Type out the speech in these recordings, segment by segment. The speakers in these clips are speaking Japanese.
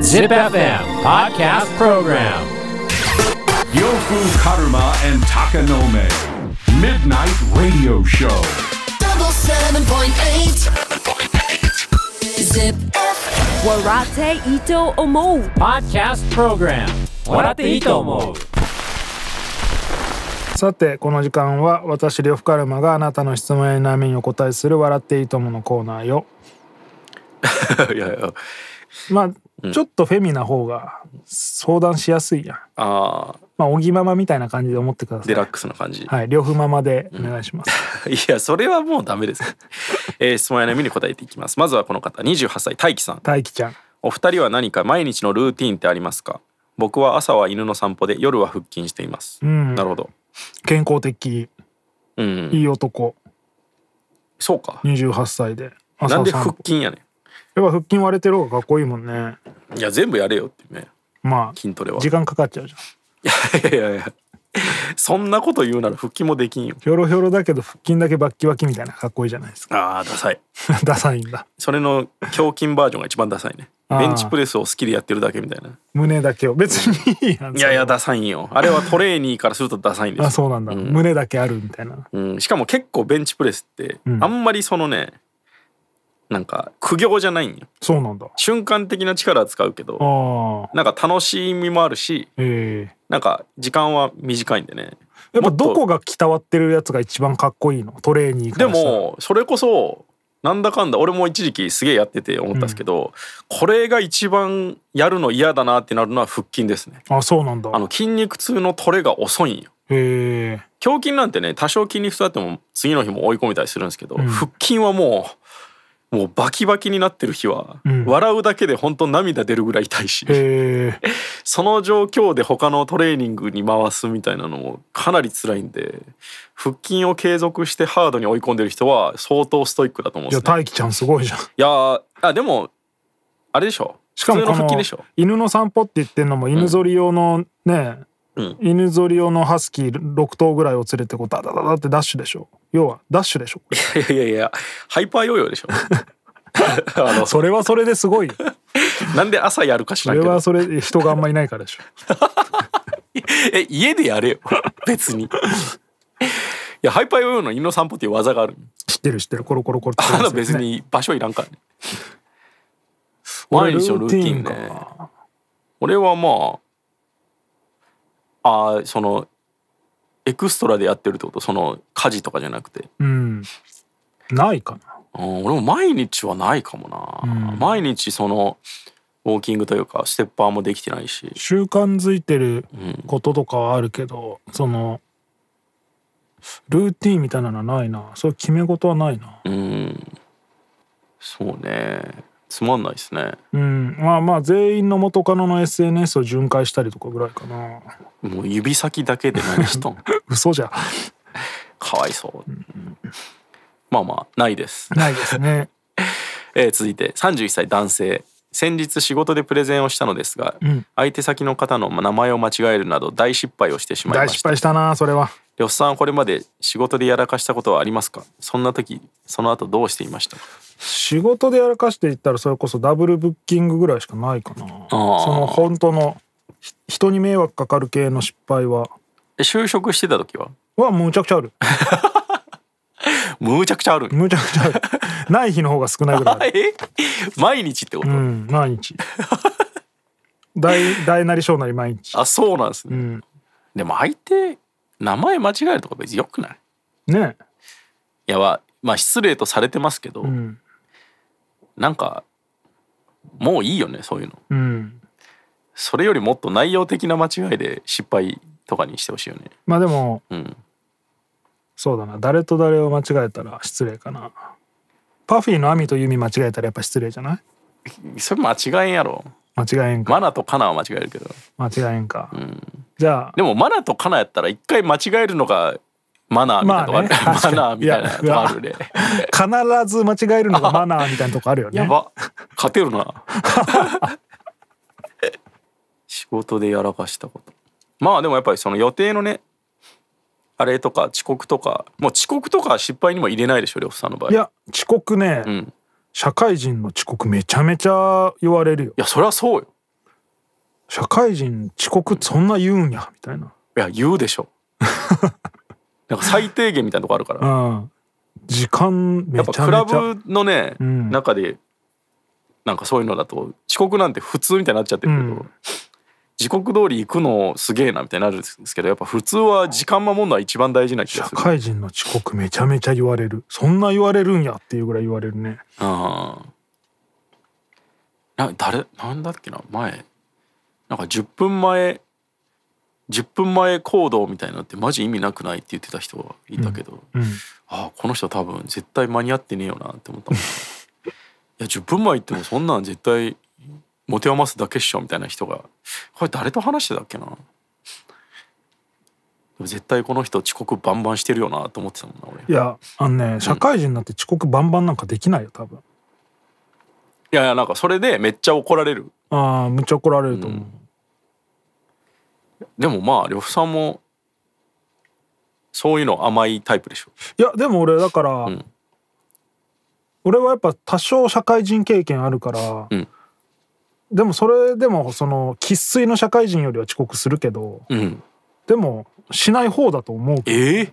Zip FM Podcast Program Yofu Karuma and Takanome. Midnight Radio Show. double seven point eight. Zip. Warate Ito Omo Podcast Program 笑っていいと思うさてこの時間は私呂布カルマがあなたの質問や悩みにお答えする「笑っていいとも」のコーナーよ いやいやまあちょっとフェミな方が相談しやすいやんあーまあおぎママみたいな感じで思ってくださデいラックスな感じ、はい呂布ママでお願いします、 い、やそれはもうダメです、 えー質問や悩みに答えていきますまずはこの方28歳大輝さん大輝ちゃんお二人は何か毎日のルーティンってありますか僕は朝は犬の散歩で夜は腹筋しています、んなるほど健康的うんいい男そうか28歳で朝な散歩んで腹筋やねやっぱ腹筋割れてる方がかっこいいもんねんいや全部やれよっていうねまあ筋トレは時間かかっちゃうじゃん いやいやいやそんなこと言うなら腹筋もできんよひょろひょろだけど腹筋だけバッキバキみたいなかっこいいじゃないですか あーダサいダサいんだそれの胸筋バージョンが一番ダサいねあーベンチプレスを好きでやってるだけみたいな胸だけを別にいいやんいやいやダサいんよあれはトレーニーからするとダサいんですよあそうなんだ、胸だけあるみたいなうん、しかも結構ベンチプレスってあんまりそのね、なんか苦行じゃないんよそうなんだ瞬間的な力は使うけどああなんか楽しみもあるしええなんか時間は短いんでねやっぱもとどこがきたわってるやつが一番かっこいいのトレーニーかでらしたらもそれこそなんだかんだ俺も一時期すげえやってて思ったんですけど、これが一番やるの嫌だなってなるのは腹筋ですねあそうなんだあの筋肉痛のトレが遅いんよへえ胸筋なんてね多少筋肉痛あっても次の日も追い込めたりするんですけど、腹筋はもうもうバキバキになってる日は、ん笑うだけで本当涙出るぐらい痛いしへえその状況で他のトレーニングに回すみたいなのもかなり辛いんで腹筋を継続してハードに追い込んでる人は相当ストイックだと思いうんでやすね。大輝ちゃんすごい じゃんいやーあでもあれでしょしかも普通この腹筋のでしょ犬の散歩って言ってんのも犬ぞり用のね、うん犬ぞり用のハスキー6頭ぐらいを連れてこうダダダダってダッシュでしょ要はダッシュでしょこれいやいやいやハイパーヨー ヨーでしょあのそれはそれですごいよなんで朝やるか知そらんれけどはそれ人があんまいないからでしょ え家で やれよ別にいやハイパーヨーヨーの犬の散歩っていう技がある知ってる知ってるコロコロコロってあの別に場所いらんからね毎日のルーティンこれルーティンね俺はまああーそのエクストラでやってるってことその家事とかじゃなくて、うんないかうん、俺も毎日はないかもな、毎日そのウォーキングというかステッパーもできてないし習慣づいてることとかはあるけど、そのルーティンみたいなのはないなそういう決め事はないなうんそうねつまんないですねうんまあまあ全員の元カノの SNS を巡回したりとかぐらいかなもう指先だけで何しとん嘘じゃかわいそうまあまあないですないですね えー続いて31歳男性先日仕事でプレゼンをしたのですが、相手先の方の名前を間違えるなど大失敗をしてしまいま大し失た敗したなそれは呂布さんはこれまで仕事でやらかしたことはありますかそんな時その後どうしていましたか仕事でやらかしていったらそれこそダブルブッキングぐらいしかないかなそーの本当のひ人に迷惑かかる系の失敗はえ就職してた時ははむちゃくちゃあるむちゃくちゃあるむちゃくちゃあるない日の方が少ないぐらいあ るえ毎日ってこと、うん、毎日。大、大なり小なり毎日。あそうなんですね、んでも相手名前間違えるとか別によくないね。いやまあまあ失礼とされてますけど、うん。なんかもういいよねそういうのうん。それよりもっと内容的な間違いで失敗とかにしてほしいよねまあでも、うんそうだな。誰と誰を間違えたら失礼かな。パフィーのアミとユミ間違えたらやっぱ失礼じゃないそれ間違えんやろ間違えんか。マナとカナは間違えるけど間違えんか。じゃでもマナとカナやったら一回間違えるのがマナーみたいなとこある、まあね確かに マナーみたいなとこあるねあ、必ず間違えるのがマナーみたいなとこあるよね。 やば勝てるな 仕事でやらかしたことまあでもやっぱりその予定のねあれとか遅刻とかもう遅刻とか失敗にも入れないでしょ呂布さんの場合いや、遅刻ね、うん社会人の遅刻めちゃめちゃ言われるよやそりゃそうよ社会人遅刻そんな言うんやみたいないや言う でしょなんか最低限みたいなとこあるからうん時間やめっちぱゃクラめちゃブのね、ん中でなんかそういうのだと遅刻なんて普通みたいになっちゃってるけど、うん時刻通り行くのすげえなみたいになるんですけどやっぱ普通は時間守るのは一番大事な気が社する。会人の遅刻めちゃめちゃ言われるそんな言われるんやっていうぐらい言われるねあな誰なんだっけな前なんか10分前10分前行動みたいなってマジ意味なくないって言ってた人がいたけど、うんああこの人多分絶対間に合ってねえよなって思ったもんいや10分前行ってもそんなん絶対持て余すだけっしょみたいな人がこれ誰と話してたっけなでも絶対この人遅刻バンバンしてるよなと思ってたもんな俺いやあのね社会人になって遅刻バンバンなんかできないよ多分いやいやなんかそれでめっちゃ怒られるああむっちゃ怒られると思う、でもまあ呂布さんもそういうの甘いタイプでしょいやでも俺だから、ん俺はやっぱ多少社会人経験あるから、うんでもそれでもその生粋の社会人よりは遅刻するけどうんでもしない方だと思うけどええ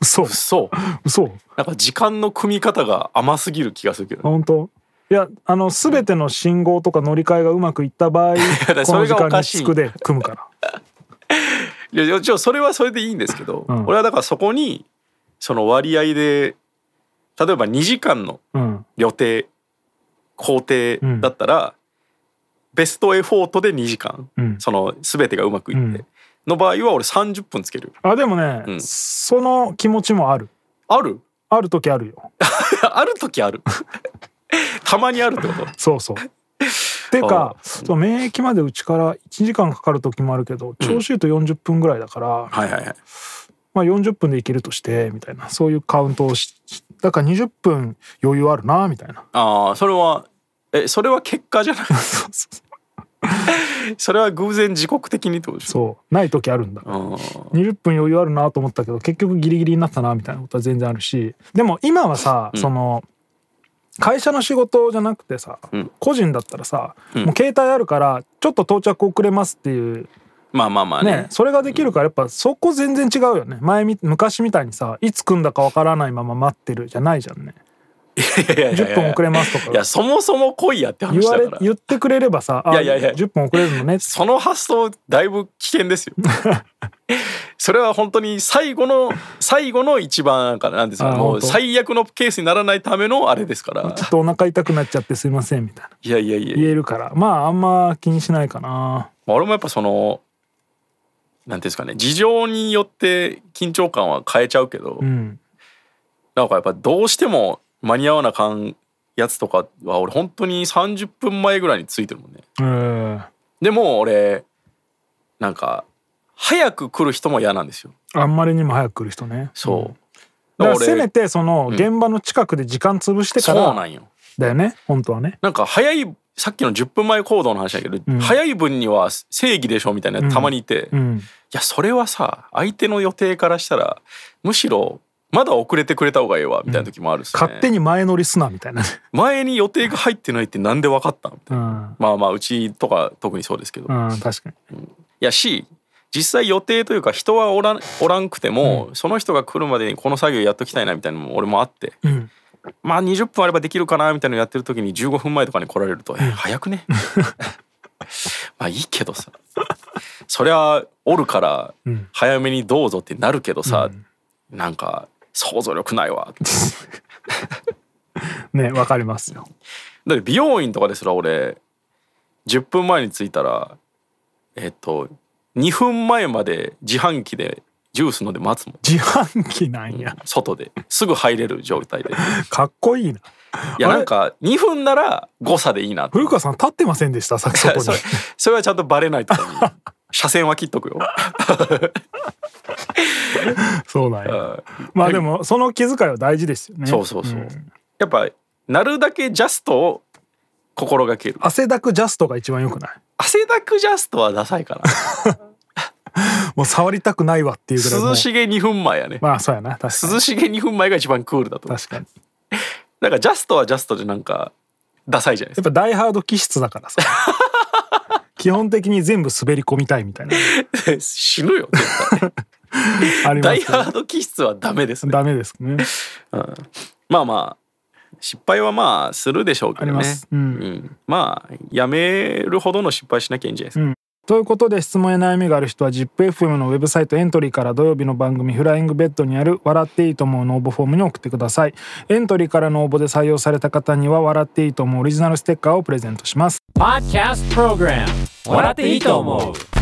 嘘そう嘘なんか時間の組み方が甘すぎる気がするけどね本当いやあの全ての信号とか乗り換えがうまくいった 場合こからそのれ時がお間かにしいつくで組むからいやいやちょそれはそれでいいんですけど、うん俺はだからそこにその割合で例えば2時間のうん予定工程だったら、ベストエフォートで2時間、うんその全てがうまくいって、うんの場合は俺30分つけるあでもね、んその気持ちもあるある ある時あるよある時ある たまにあるってことそう そう。てあかその免疫までうちから1時間かかる時もあるけど調子いいと40分ぐらいだから、はいはいはいまあ、40分でいけるとしてみたいなそういうカウントをしだから20分余裕あるなみたいなああそれはえそれは結果じゃない それは偶然時刻的にってことでしょそうない時あるんだあ20分余裕あるなと思ったけど結局ギリギリになったなみたいなことは全然あるしでも今はさ、その会社の仕事じゃなくてさ、ん個人だったらさ、もう携帯あるからちょっと到着遅れますっていうまあまあまあねね、それができるからやっぱそこ全然違うよね前み昔みたいにさいつ来んだかわからないまま待ってるじゃないじゃんねいやいやいや10分遅れますといやかそもそも来いやって言話わだれから言ってくれればさ「あいやいやいや10分遅れるのね」 その発想だいぶ危険 ですよそれは本当に最後の最後の一番なんかなんですかあも本う当最悪のケースにならないためのあれですからちょっとお腹痛くなっちゃってすいませんみたいないやいやいや言えるからまああんま気にしないかな俺もやっぱそのなんていうんですかね事情によって緊張感は変えちゃうけど、うんなんかやっぱどうしても間に合わなかんやつとかは俺本当に30分前ぐらいについてるもんねえーでも俺なんか早く来る人も嫌なんですよあんまりにも早く来る人ねそう。だから俺せめてその現場の近くで時間潰してかそうならんよ。だよね本当はねなんか早いさっきの10分前行動の話だけど、ん早い分には正義でしょみたいなやつたまにいて、ういんやそれはさ相手の予定からしたらむしろまだ遅れてくれた方がいいわみたいな時もあるし、ね勝手に前乗りすなみたいなね前に予定が入ってないってなんで分かったのみたういなんまあ まあうちとか特にそうですけど、いうん確かにやし実際予定というか人はおらんおらんくても、その人が来るまでにこの作業やっときたいなみたいなのも俺もあって、うんまあ20分あればできるかなみたいなのやってる時に15分前とかに来られると「え早くね」 まあいいけどさそりゃおるからん早めにどうぞってなるけどさ、なんか想像力ないわってねわかりますよだって美容院とかですら俺10分前に着いたらえっと2分前まで自販機でジュース飲んで待つもん自販機なんや外ですぐ入れる状態 でかっこいいないやあれなんか2分なら誤差でいいなって古川さん立ってませんでしたさっきそこ それにそれはちゃんとバレないとこに車線は切っと くよそうなんやまあでもその気遣いは大事ですよねそうそうそう、やっぱなるだけジャストを心がける汗だくジャストが一番良くない汗だくジャストはダサ いかもう触りたくないわっていうぐらいなもう涼しげ2分前やね、まあそうやな確かに涼しげ2分前が一番クールだと思う確かになんかジャストはジャストでなんかダサいじゃないでやっぱダイハード気質だ からさ基本的に全部滑り込みたいみたいなすか死ぬ よ絶対ありダまイすけどハード気質はダメですねダメですねまあまあ失敗はまあするでしょうけどねありますうんまあやめるほどの失敗しなきゃいいんじゃないですか、ということで質問や悩みがある人は ZIPFM のウェブサイトエントリーから土曜日の番組「フライングベッド」にある「笑っていいと思う」の応募フォームに送ってくださいエントリーからの応募で採用された方には「笑っていいと思う」オリジナルステッカーをプレゼントします Podcast Program 笑っていいと思う